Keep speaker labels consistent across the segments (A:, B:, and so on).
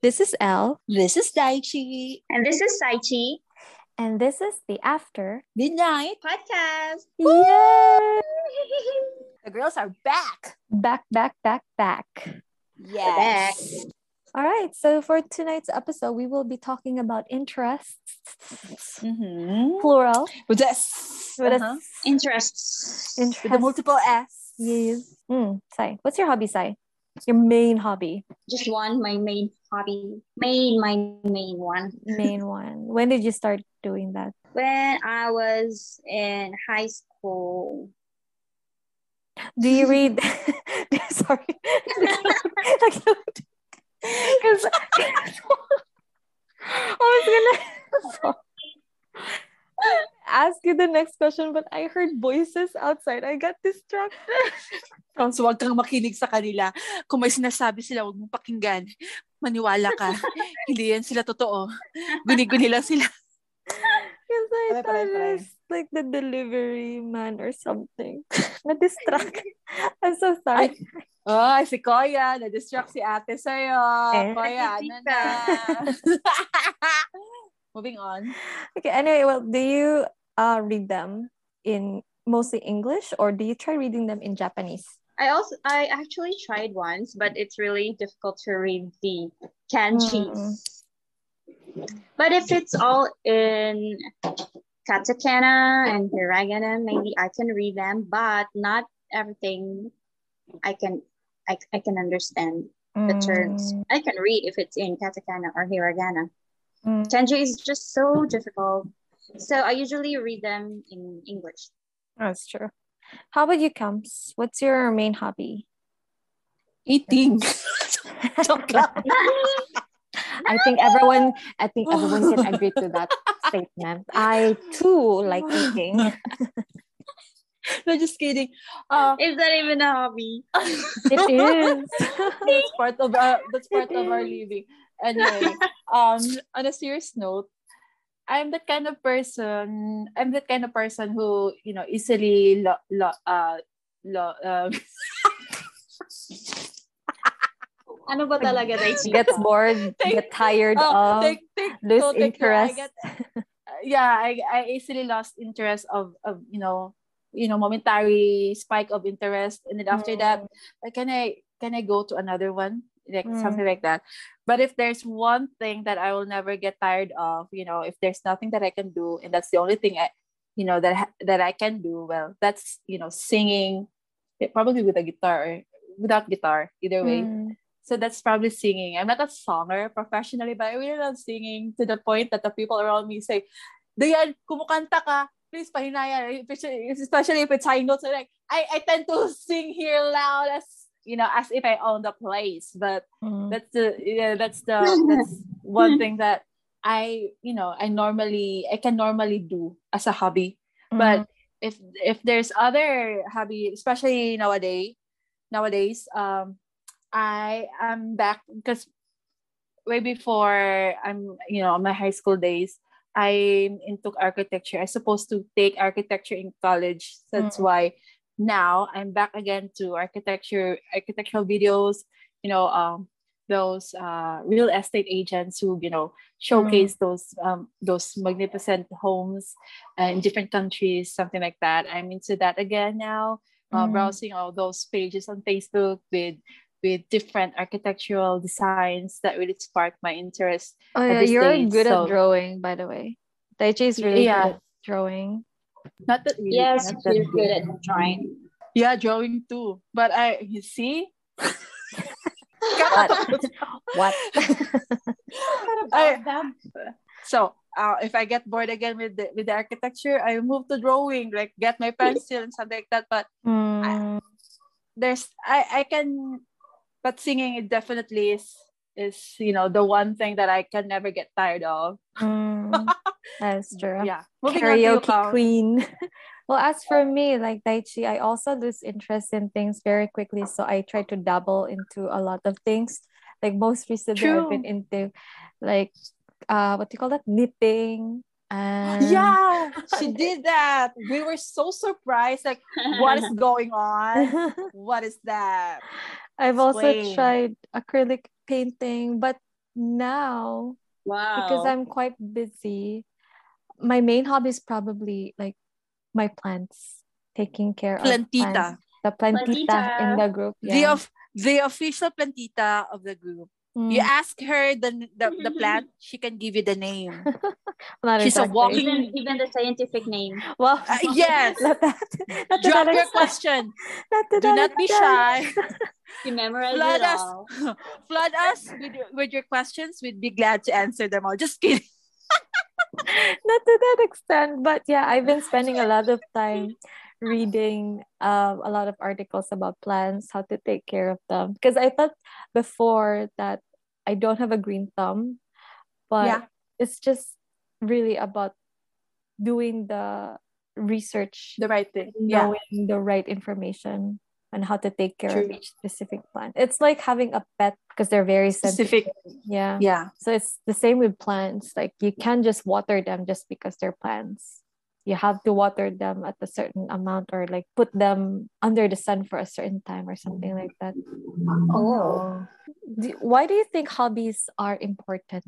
A: This is Elle,
B: This is Daichi.
C: And this is Saichi
A: and this is the after.
B: Good night.
C: Podcast.
A: Yay!
B: The girls are back.
A: Back, back, back, back.
B: Yes.
A: All right, so for tonight's episode, we will be talking about interests,
B: Mm-hmm.
A: plural,
B: With us.
A: with
B: Uh-huh.
A: a s-
C: Interests.
B: With the
A: interest.
B: multiple S.
A: Yes. Mm, Sai, what's your hobby, Sai? Your main hobby,
C: Just one, my main hobby. Main, my main one.
A: main one. When did you start doing that?
C: When I was in high school,
A: Do you read? Sorry. Because I was gonna ask you the next question, but I heard voices outside. I got distracted.
B: Sounds huwag kang makinig sa kanila. Kung may sinasabi sila, huwag mong pakinggan. Maniwala ka. Hindi yan sila totoo. Guni-guni lang sila.
A: Because I
B: Pare, pare,
A: thought it
B: pare.
A: was like the delivery man or something. Na-distract. I'm so sorry.
B: Oh, si Koya. Na-distract si ate sa'yo.
A: Eh?
B: Koya, ano na? Moving on.
A: Okay, anyway, well, do you uh, read them in mostly English or do you try reading them in Japanese?
C: I also I actually tried once, but it's really difficult to read the kanjis. But if it's all in katakana and hiragana, maybe I can read them, but not everything I can I, I can understand the terms.
A: Mm,
C: I can read if it's in katakana or hiragana.
A: mm.
C: Kanji is just so difficult. So I usually read them in English.
A: That's true. How about you, Kams? What's your main hobby?
B: Eating. Joke lang.
A: I think everyone, I think everyone can agree to that statement. I too like eating.
B: No, just kidding. Uh,
C: Is that even a hobby?
A: It is.
B: that's part of uh, that's part of our living. Anyway, um, on a serious note, I'm that kind of person. I'm that kind of person who you know easily lo, lo, uh, lo, um,
C: Ano ba talaga Daichi?
A: Gets bored,
B: Take-
A: get tired of,
B: oh, take, take,
A: lose
B: no, take, yeah, I
A: interest.
B: get- uh, yeah, I, I easily lost interest of of you know you know momentary spike of interest, and then after that like, can I can I go to another one? Like
A: Mm.
B: something like that. But if there's one thing that I will never get tired of, you know, if there's nothing that I can do, and that's the only thing I, you know, that ha- that I can do well, that's you know, singing, eh, probably with a guitar or without guitar, either way.
A: Mm.
B: So that's probably singing. I'm not a songer professionally, but I really love singing to the point that the people around me say, Dayan, kumukanta ka. Please, pahinayan. Especially if it's high notes. I'm like, I, I tend to sing here loud as, you know, as if I own the place. But
A: Mm.
B: that's the, yeah, that's the, that's one thing that I, you know, I normally, I can normally do as a hobby
A: mm,
B: but
A: Mm-hmm.
B: if if there's other hobby especially nowadays nowadays um i am back because way before i'm you know my high school days i'm into architecture i supposed to take architecture in college that's
A: Mm.
B: why now i'm back again to architecture architectural videos you know um those uh, real estate agents who you know
C: Mm-hmm.
B: showcase those um, those magnificent homes uh, in different countries, something like that. I'm into that again now. Uh,
C: Mm-hmm.
A: Mm.
B: Browsing all those pages on Facebook with with different architectural designs that really sparked my interest.
A: oh, yeah,
B: at this
A: you're
B: stage,
A: good at
B: so-
A: drawing, by the way. Daichi is really good
B: Yeah.
A: at drawing.
B: Not that really,
C: Yes,
B: not that
C: you're good at drawing.
B: Yeah, drawing too. But I, you see,
A: But what?
B: I- so uh, if I get bored again with the, with the architecture, I move to drawing, like get my pencil and something like that. But
A: Mm.
B: there's I I can but singing it definitely is is you know the one thing that I can never get tired of.
A: Mm. That's true.
B: Yeah.
A: karaoke
B: Kyle.
A: queen. well, as for me, like Daichi, I also lose interest in things very quickly. So I try to dabble into a lot of things. Like most recently, I've been into like uh what do you call that? Knitting and
B: Yeah, she did that. We were so surprised. Like, what is going on? What is that?
A: I've also
B: Explain.
A: tried acrylic painting, but now
C: Wow.
A: because
B: Oh.
A: I'm quite busy, my main hobby is probably like my plants, taking care of
B: Plantita.
A: plants. The plantita,
C: Plantita.
A: in the group.
B: The
A: Yeah.
B: of the official plantita of the group.
A: Mm,
B: You ask her the, the the plant, she can give you the name.
A: not
B: she's a
A: exactly.
B: walking-
C: even even the scientific name.
A: Well,
B: Uh, yes.
A: not that. Not
B: Drop
A: that
B: your
A: extent,
B: question.
A: to
B: Do
A: that
B: not be
A: extent.
B: shy.
C: You memorize
B: Flood
C: it
B: us.
C: all.
B: Flood us with, with your questions. We'd be glad to answer them all. Just kidding.
A: Not to that extent, but yeah, I've been spending a lot of time reading um, a lot of articles about plants, how to take care of them. Because I thought before that I don't have a green thumb, but
B: Yeah.
A: it's just really about doing the research,
B: The right thing. Yeah.
A: knowing the right information on how to take care of
B: True.
A: each specific plant. It's like having a pet because they're very sensitive.
B: Specific.
A: Yeah.
B: Yeah.
A: So it's the same with plants. Like you can't just water them just because they're plants. You have to water them at a certain amount or like put them under the sun for a certain time or something like that.
C: Oh.
A: Do, why do you think hobbies are important?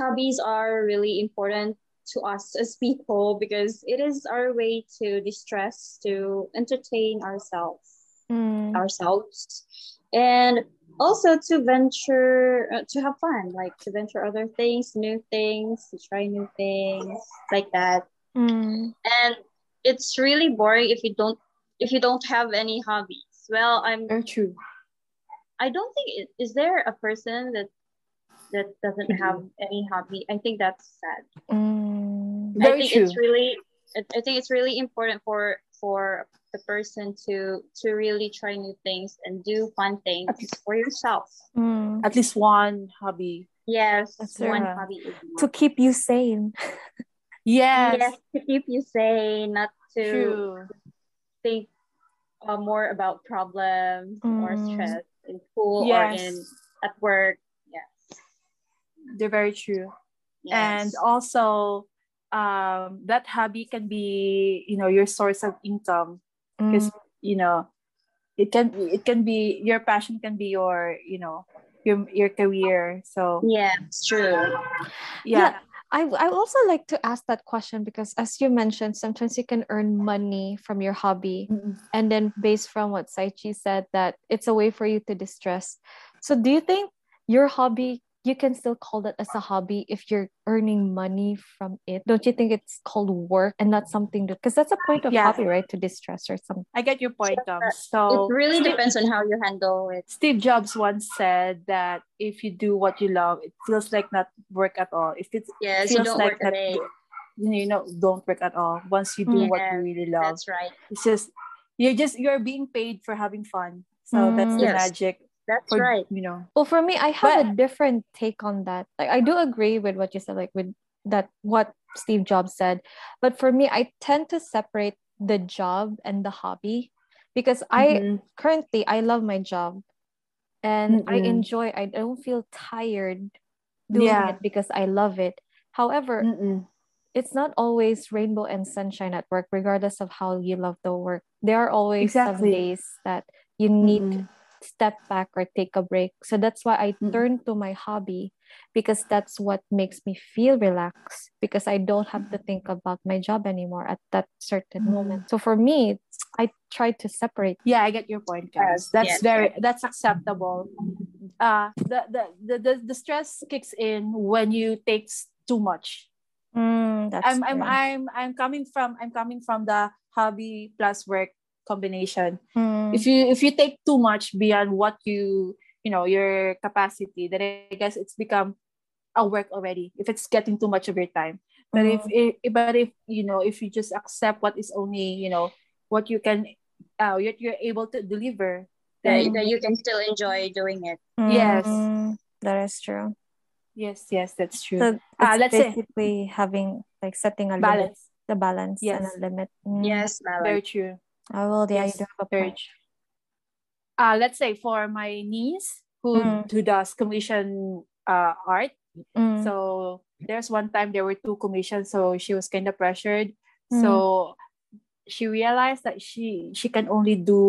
C: Hobbies are really important to us as people because it is our way to distress, to entertain ourselves.
A: Mm.
C: ourselves and also to venture uh, to have fun like to venture other things new things to try new things like that
A: Mm.
C: and it's really boring if you don't if you don't have any hobbies well i'm
B: Very true.
C: i don't think it- is there a person that that doesn't
B: Mm-hmm.
C: have any hobby i think that's sad
A: Mm.
C: i
B: Very
C: think
B: true.
C: it's really I- i think it's really important for for the person to to really try new things and do fun things for yourself
A: Mm.
B: At least one hobby.
C: Yes,
A: That's
C: one
A: right.
C: hobby is
A: To
C: enough.
A: keep you sane.
B: Yes.
C: yes to keep you sane, not to
B: True.
C: think uh, more about problems or
A: Mm.
C: stress in school
B: Yes.
C: or in at work. Yes.
B: They're very true. and
C: yes.
B: also um, that hobby can be you know your source of income because
A: Mm.
B: you know it can be it can be your passion can be your you know your your career so
C: yeah, it's true.
B: yeah,
A: I, I would also like to ask that question because as you mentioned, sometimes you can earn money from your hobby.
B: Mm-mm.
A: and then based from what Saichi said that it's a way for you to distress. So do you think your hobby you can still call that as a hobby if you're earning money from it? Don't you think it's called work and not something because that's a point of
B: Yeah.
A: hobby, right? To distress or something.
B: i get your point um
C: It
B: so
C: really
B: Steve-
C: depends on how you handle it.
B: steve jobs once said that if you do what you love it feels like not work at all if it's
C: Yes, you
B: feels
C: don't
B: like
C: work
B: not
C: a day.
B: you know don't work at all once you do what you
C: Mm. Yes,
B: really love
C: That's right.
B: it's just you're just you're being paid for having fun so that's
A: Mm.
B: the
C: Yes.
B: magic
C: That's
B: for
C: right.
B: you know
A: Well, for me, I have a different take on that. Like I do agree with what you said, like with that what Steve Jobs said. But for me, I tend to separate the job and the hobby because I
B: Mm-hmm.
A: currently I love my job and I
B: Mm-mm.
A: enjoy I don't feel tired doing
B: Yeah.
A: it because I love it. However,
B: Mm-mm.
A: it's not always rainbow and sunshine at work regardless of how you love the work. There are always some
B: Exactly.
A: days that you need
B: Mm-mm.
A: to step back or take a break. So that's why I
B: Mm.
A: turn to my hobby because that's what makes me feel relaxed because I don't have to think about my job anymore at that certain
B: Mm.
A: moment. So for me, I try to separate.
B: yeah i get your point guys
C: Yes,
B: that's
C: yes.
B: very that's acceptable uh the, the the the the stress kicks in when you take s- too much
A: Mm, that's
B: i'm i'm i'm i'm coming from i'm coming from the hobby plus work combination
A: Hmm. Mm.
B: if you if you take too much beyond what you you know your capacity then i guess it's become a work already if it's getting too much of your time but
A: Mm.
B: if, if but if you know if you just accept what is only you know what you can uh what you're able to deliver
C: That,
A: Mm.
B: then
C: that you can still enjoy doing it.
A: Hmm.
B: Yes.
A: that is true.
B: yes yes that's true
A: So
B: Ah,
A: it's
B: that's it.
A: basically having like setting a limit,
B: balance
A: the balance
B: Yes.
A: and a limit. Mm.
C: Yes, Malak.
B: very true
A: I will. Yeah,
B: Yes,
A: you do have a
B: very
A: point.
B: true. uh let's say for my niece who
A: Mm.
B: who does commission uh art
A: Mm.
B: So there's one time there were two commissions, so she was kind of pressured.
A: Mm.
B: So she realized that she she can only
A: mm,
B: do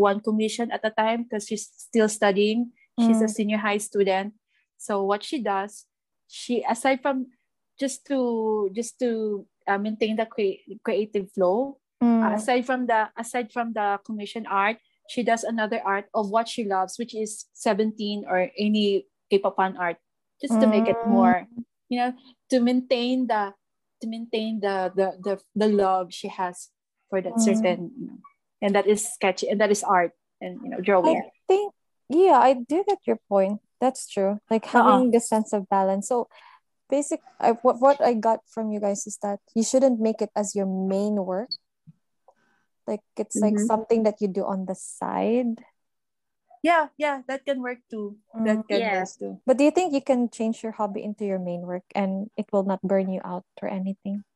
B: one commission at a time because she's still studying. She's a senior high student. So what she does, she aside from just to just to uh, maintain the cre- creative flow, uh,
A: Mm.
B: aside from the aside from the commission art, she does another art of what she loves, which is 17 or any K-pop fan art, just to make it
A: Mm.
B: more, you know, to maintain the to maintain the the the, the love she has for that
A: Mm.
B: certain, you know, and that is sketchy and that is art and you know drawing.
A: I think yeah, I do get your point. That's true. Like
B: Uh-uh.
A: having the sense of balance. So basic I, what what I got from you guys is that you shouldn't make it as your main work. Like it's like
B: Mm-hmm.
C: Mhm.
A: something that you do on the side.
B: Yeah, yeah, that can work too.
A: Mm.
B: That can
C: Yes.
B: work too.
A: But do you think you can change your hobby into your main work and it will not burn you out or anything?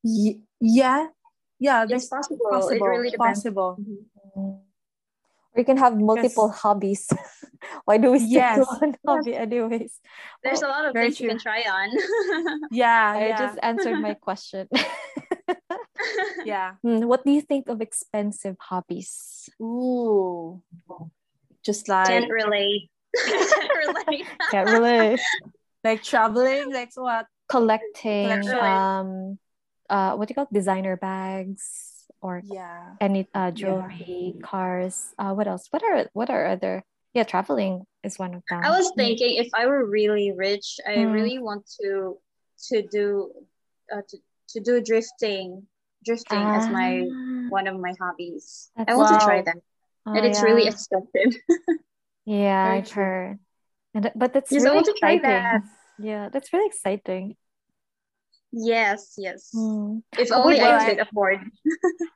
B: Y- yeah, yeah, that's
C: It's possible.
B: possible.
C: It really depends.
B: possible.
C: Mhm.
A: Mm. Or you can have multiple hobbies. Why do we stick to
B: Yes.
A: one hobby anyways?
C: There's a lot of
B: Very
C: things you
B: true.
C: can try on.
B: Yeah,
A: I
B: yeah,
A: just answered my question.
B: yeah.
A: Hmm, what do you think of expensive hobbies?
B: Ooh, just like
C: Can't relate. Can't relate.
A: Can't relate.
B: like traveling, like what?
A: Collecting
B: Collection.
A: um uh what do you call it? designer bags or
B: Yeah,
A: any uh
B: Yeah.
A: jewelry, cars. Uh what else? What are what are other yeah, traveling is one of them.
C: I was
A: Hmm.
C: thinking if I were really rich, I
A: Mm.
C: really want to to do uh, to, to do drifting, drifting as my
A: Ah,
C: one of my hobbies. I
A: That's-
C: want to try
B: Wow.
C: that,
A: oh,
C: and it's really
A: yeah.
C: expensive.
A: Yeah,
B: Very
A: I've
B: true.
A: heard. And that- but that's
C: Yes, I
A: really
C: want to try
A: exciting.
C: that.
A: Yeah, that's really exciting.
C: Yes, yes.
A: Hmm.
C: If
A: But what
C: only I
B: about-
C: could afford.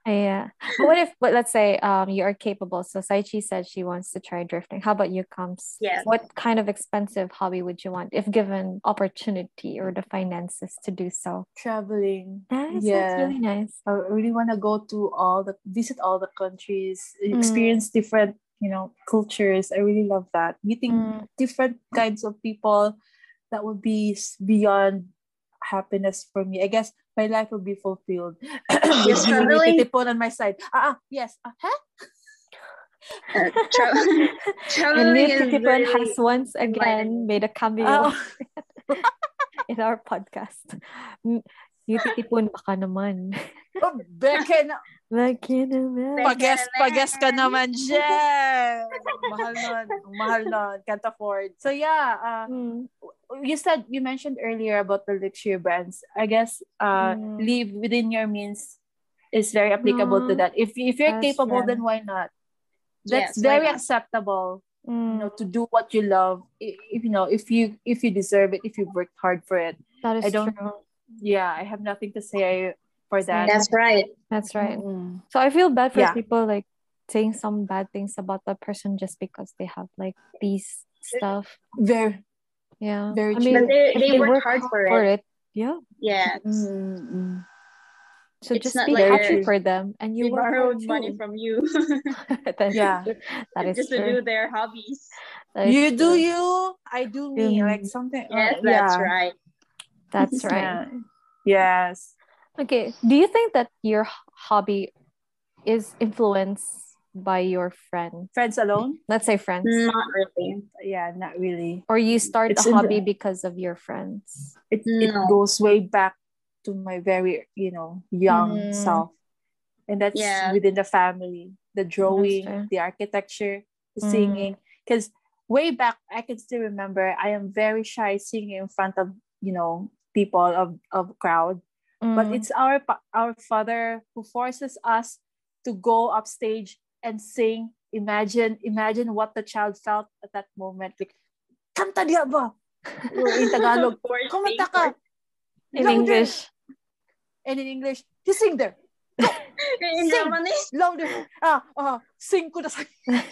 A: Yeah. But what if, but let's say um you are capable. So Saichi said she wants to try drifting. How about you, Comes?
C: Yes.
A: What kind of expensive hobby would you want if given opportunity or the finances to do so?
B: Traveling.
A: Nice. That's
B: Yeah.
A: really nice.
B: I really want to go to all the visit all the countries,
A: Mm.
B: experience different, you know, cultures. I really love that. Meeting
A: Mm.
B: different kinds of people that would be s- beyond happiness for me. I guess my life would be fulfilled. With
C: Yes,
B: you,
C: traveling.
B: Tipon on my side. Ah, ah yes. Ah, huh?
C: Uh, tra-
A: and
C: traveling
A: Liu
C: is
A: Kikipon
C: really
A: has once again
C: enlightening.
A: made a cameo
B: Ah,
A: in our podcast. Mm, Liu Kikipon, baka naman.
B: oh, Beke na.
A: Baka naman.
C: Baka
B: Pag-guess,
C: naman.
B: pag-guess ka naman, Jen! mahal nun. Mahal nun. Can't afford. So yeah, uh,
A: Mm.
B: you said you mentioned earlier about the luxury brands. I guess uh
A: Mm.
B: live within your means is very applicable to
A: Mm.
B: that. If if you're
A: That's
B: capable,
A: true.
B: then why not? That's
C: Yes, why
B: very
C: not?
B: acceptable. You know,
A: Mm.
B: to do what you love. i- If you know, if you if you deserve it, if you worked hard for it.
A: That is
B: I don't-
A: true.
B: Yeah, I have nothing to say for that. Mm.
C: That's right.
A: That's right.
B: Mm-mm.
A: So I feel bad for
B: Yeah.
A: people like saying some bad things about that person just because they have like these stuff.
B: Very.
A: Yeah.
B: Very
A: I
B: true.
A: mean,
C: But they,
A: if
C: they work hard for
A: for
C: it.
A: it, yeah.
C: Yeah.
B: Hmm. Mm-mm.
A: Mm-hmm. So
C: It's
A: just be
C: not like
A: happy
B: they're-
A: for them and you
C: They
A: work hard
C: borrowed money
A: too.
C: from you
A: That's
B: Yeah.
A: true. That is
C: just to
A: true.
C: do their hobbies.
A: That is
B: You do
A: true.
B: you, I do me,
A: Mm.
B: like something. uh,
C: Yes, that's
B: yeah.
C: right.
A: That's right.
B: Yeah. Yes.
A: Okay. Do you think that your h- hobby is influenced by your friend?
B: Friends alone?
A: Let's say friends.
C: Not really.
B: Yeah, not really.
A: Or you start
B: It's
A: a
B: in the-
A: hobby because of your friends.
B: It it
C: No.
B: goes way back to my very, you know,
A: Mm.
B: young self. And that's
C: Mm-hmm. Yeah.
B: within the family. The
A: fair.
B: drawing, the architecture, the
A: Mm.
B: singing. Because way back I can still remember I am very shy singing in front of, you know, people of, of crowd. but
A: Mm.
B: it's our pa- our father who forces us to go upstage and sing imagine imagine what the child felt at that moment like kanta diya ba in tagalog
C: Forcing,
B: kumanta ka
A: in
B: louder."
A: English.
B: and in english you sing there
C: forcing. In
B: Sing.
C: Germany,
B: louder ah ah sing ko na sa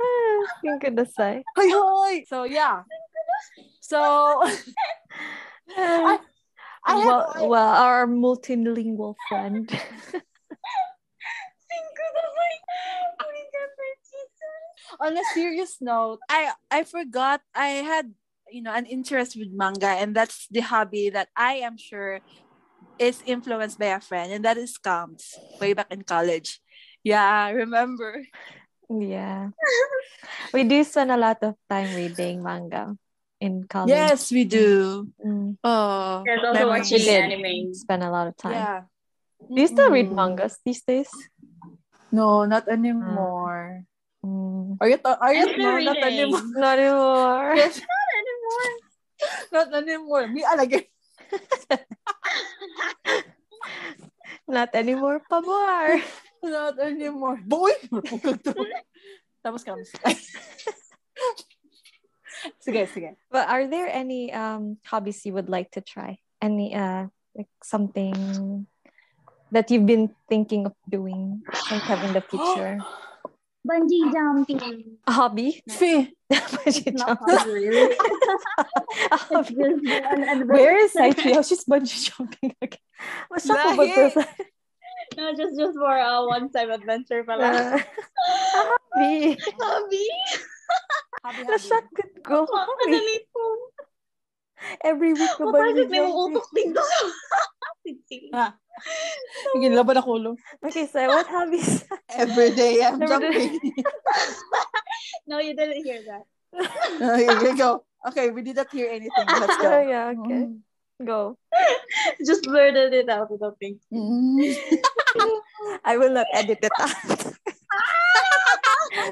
A: Ah, Think of the sigh.
B: hoy hoy so yeah so I, I
A: well,
B: have,
A: well, our multilingual friend.
C: sing ko na like, "Kunin ka, Francisco."
B: on a serious note, I I forgot I had you know an interest with manga, and that's the hobby that I am sure is influenced by a friend, and that is Camps way back in college. Yeah, I remember
A: Yeah. we do spend a lot of time reading manga in college.
B: Yes, we do.
A: Mm,
B: Oh,
C: There's also
B: memories.
C: watching
A: did.
C: anime.
A: spend a lot of time.
B: Yeah.
A: Do you still read
B: Mm.
A: mangas these days?
B: No, not anymore.
A: Mm.
B: Are you? ta- are you?
C: I'm
B: No,
C: still
B: not
C: reading.
B: anymore.
A: Not anymore.
C: Not anymore.
B: Not anymore. Me ah, alagay.
A: Not anymore, pabor.
B: Not anymore. Boy! Tapos comes. sige, sige.
A: But are there any um hobbies you would like to try? Any uh like something that you've been thinking of doing sometime in the future?
C: Bungee jumping.
A: A hobby?
B: Fee,
A: Bungee jump.
C: Not hard, really.
A: A
C: It's
A: hobby.
C: just an adventure.
A: Where is Saifia? She's bungee jumping again. What's up
B: Lahi.
A: about this?
C: No, just just for a one-time adventure pala.
A: Uh, a hobby.
C: Hobby?
B: Happy,
A: Nashock could go. Hobby.
C: Madali po.
A: Every week na
C: O,
A: bungee
C: bakit may
A: jumping.
C: uutok din ko? Sige.
B: Sige, laban ako ulo.
A: Okay, so what hobbies?
B: Every day I'm
A: Never did-
B: jumping.
C: no, you didn't hear that.
B: Uh, Here we go. Okay, we did not hear anything. Let's go.
A: Oh, yeah, okay. Go.
C: Just blurted it out without thinking.
B: Mm.
A: I will not edit it out.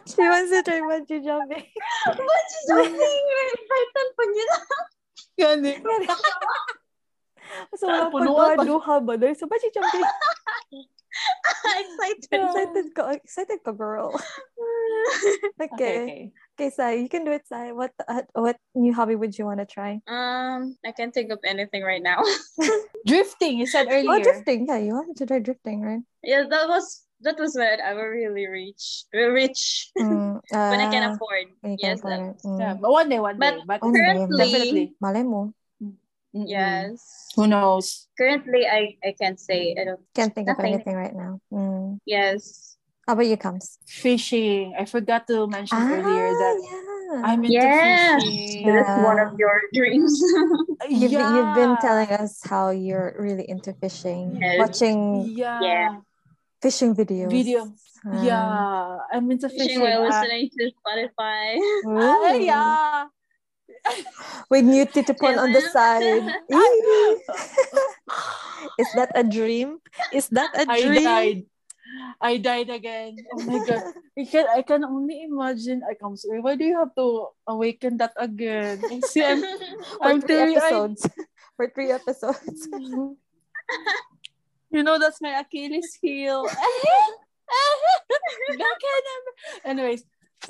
A: she wants to try bungee jumping.
C: Bungee jumping! Python pa niya na.
B: Gani.
A: So, wala
B: Punuan
A: pag
B: pa.
A: duha ba? Dahil sa bungee jumping.
C: Excited.
A: Excited ka. Excited ka, girl. Okay. Okay, Sai, you can do it, Sai. What, uh, what new hobby would you want to try?
C: Um, I can't think of anything right now.
B: Drifting, you said earlier.
A: Oh, drifting. Yeah, you wanted to try drifting, right?
C: yeah, that was that was when I was really rich. Rich.
A: Mm,
C: when I
A: ah,
C: can afford.
A: when you can
C: Yes.
A: afford
C: that-
A: it. Mm.
B: Yeah, but one day, one day. But,
A: Oh, no,
C: currently-
B: definitely.
A: Malay mo.
B: Mm-mm.
C: Yes.
B: Who knows?
C: Currently I, I can't say. I don't
A: Can't think of
C: Nothing.
A: anything right now. Mm.
C: yes.
A: How about you, Comes?
B: Fishing. I forgot to mention earlier that
A: Ah, yeah.
B: I'm into
C: Yes.
B: fishing.
A: Yeah.
C: That's one of your dreams.
A: You've, been- you've been
B: Yeah.
A: telling us how you're really into fishing,
C: Yes.
A: watching
B: Yeah.
C: Yeah.
A: fishing videos.
B: Video.
A: Ah.
B: Yeah. I'm into fishing.
C: Fishing
B: Ah,
C: while listening to Spotify.
A: Ooh.
B: ah, yeah.
A: With new titipon on the
C: Isn't-
A: side.
B: I,
A: Is that a dream? Is that a
B: I
A: dream?
B: died. I died again. Oh my god. I can I can only imagine I come sorry. Why do you have to awaken that again? I see I'm
A: For
B: I'm
A: three
B: terrified.
A: episodes. For three episodes.
B: You know that's my Achilles heel. Back end. Anyways,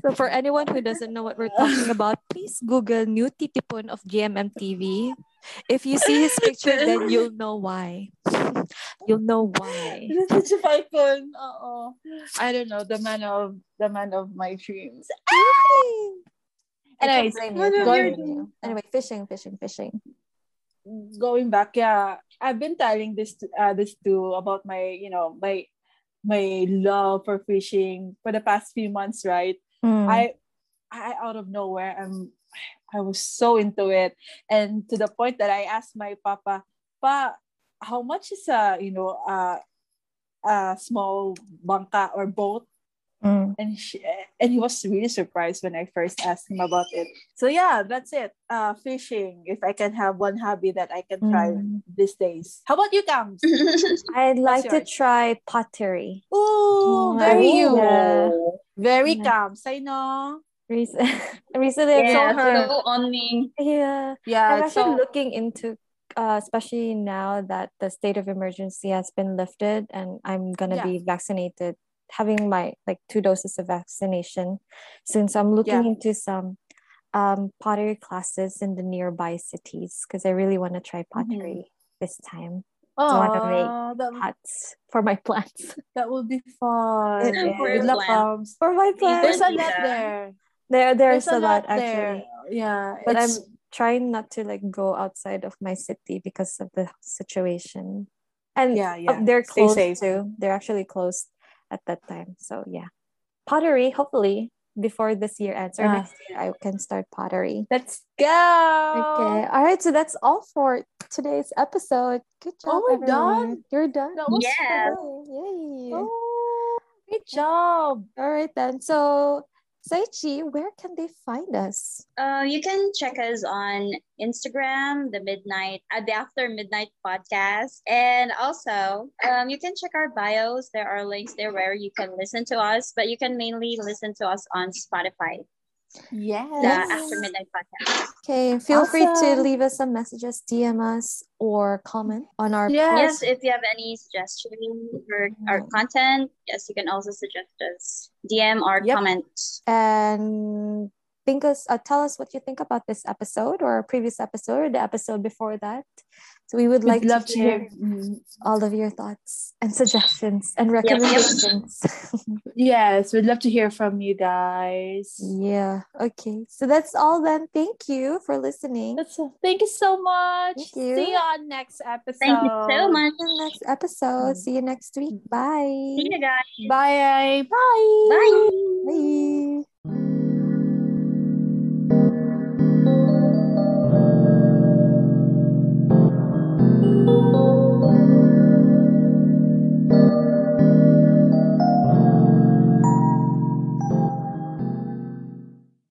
A: So for anyone who doesn't know what we're talking about, please Google new titipon of GMMTV. If you see his picture, then you'll know why. You'll know why.
B: Such a falcon. Oo. I don't know. The man of the man of my dreams.
A: I can't
B: Anyways,
A: blame you, I can't
B: what have you
A: blame
B: been-
A: you. Anyway, fishing, fishing, fishing.
B: going back, yeah, I've been telling this to- uh, this to about my you know my my love for fishing for the past few months, right?
C: Hmm,
A: Mm.
B: I I out of nowhere I'm I was so into it and to the point that I asked my papa, Pa, how much is a you know a a small bangka or boat?
C: hmm,
B: And she, and he was really surprised when I first asked him about it. So yeah, that's it. Uh, fishing. If I can have one hobby that I can try
A: Mm.
C: hmm.
B: these days. How about you, Kams?
A: I'd like to
B: yours?
A: try pottery.
B: Ooh,
A: Yeah.
B: very you,
A: Yeah.
B: very
A: Yeah.
B: Kams. I know.
A: Recent, recently, I
C: yeah,
A: saw her.
C: so on me.
A: Yeah, I'm
B: Yeah.
A: actually
B: So
A: looking into, uh, especially now that the state of emergency has been lifted and I'm gonna
B: Yeah.
A: be vaccinated, having my like two doses of vaccination, since I'm looking
B: Yeah.
A: into some, um, pottery classes in the nearby cities because I really want to try pottery this time. wanna make
B: Aw, that,
A: Pots for my plants.
B: that will be fun.
A: It is.
B: Good luck, Kams.
A: For my
B: There's
A: plants.
B: a
C: Even
B: lot
C: Tita.
B: there.
A: There, there's, a lot,
B: there.
A: actually.
B: Yeah,
A: But
B: it's-
A: I'm trying not to like go outside of my city because of the situation. And
B: yeah,
A: uh,
B: yeah.
A: they're
B: Stay
A: closed
B: safe.
A: too. They're actually closed at that time. So yeah. Pottery, hopefully before this year ends or
B: Ah.
A: next year, I can start pottery.
B: Let's go.
A: Okay. All right. So that's all for today's episode. Good job,
B: Oh, we're
A: everyone.
B: done?
A: You're done.
B: That was
C: Yeah.
A: Yay.
B: Oh,
A: Great job. All right then. So Saichi, where can they find us?
C: Uh, you can check us on Instagram, the Midnight, uh, the After Midnight podcast, and also um, you can check our bios. There are links there where you can listen to us, but you can mainly listen to us on Spotify.
B: Yes.
C: The After Midnight podcast.
A: Okay, feel free to
B: Awesome.
A: leave us some messages, DM us, or comment on our
C: Yes, if you have any suggestions for our content, yes, you can also suggest us DM or
B: Yep.
C: comment.
A: and think us uh, tell us what you think about this episode or previous episode or the episode before that so we would like
B: We'd love
A: to hear
B: Mm,
A: all of your thoughts and suggestions and
C: yep.
A: recommendations
B: Yes, we'd love to hear from you guys.
A: Mm. yeah okay so that's all then thank you for listening
B: That's all. Thank you so much.
A: Thank you.
B: See you on next episode.
C: Thank you so much.
A: See you next episode see you next week bye
C: See you guys.
B: Bye. Bye.
C: Bye.
A: bye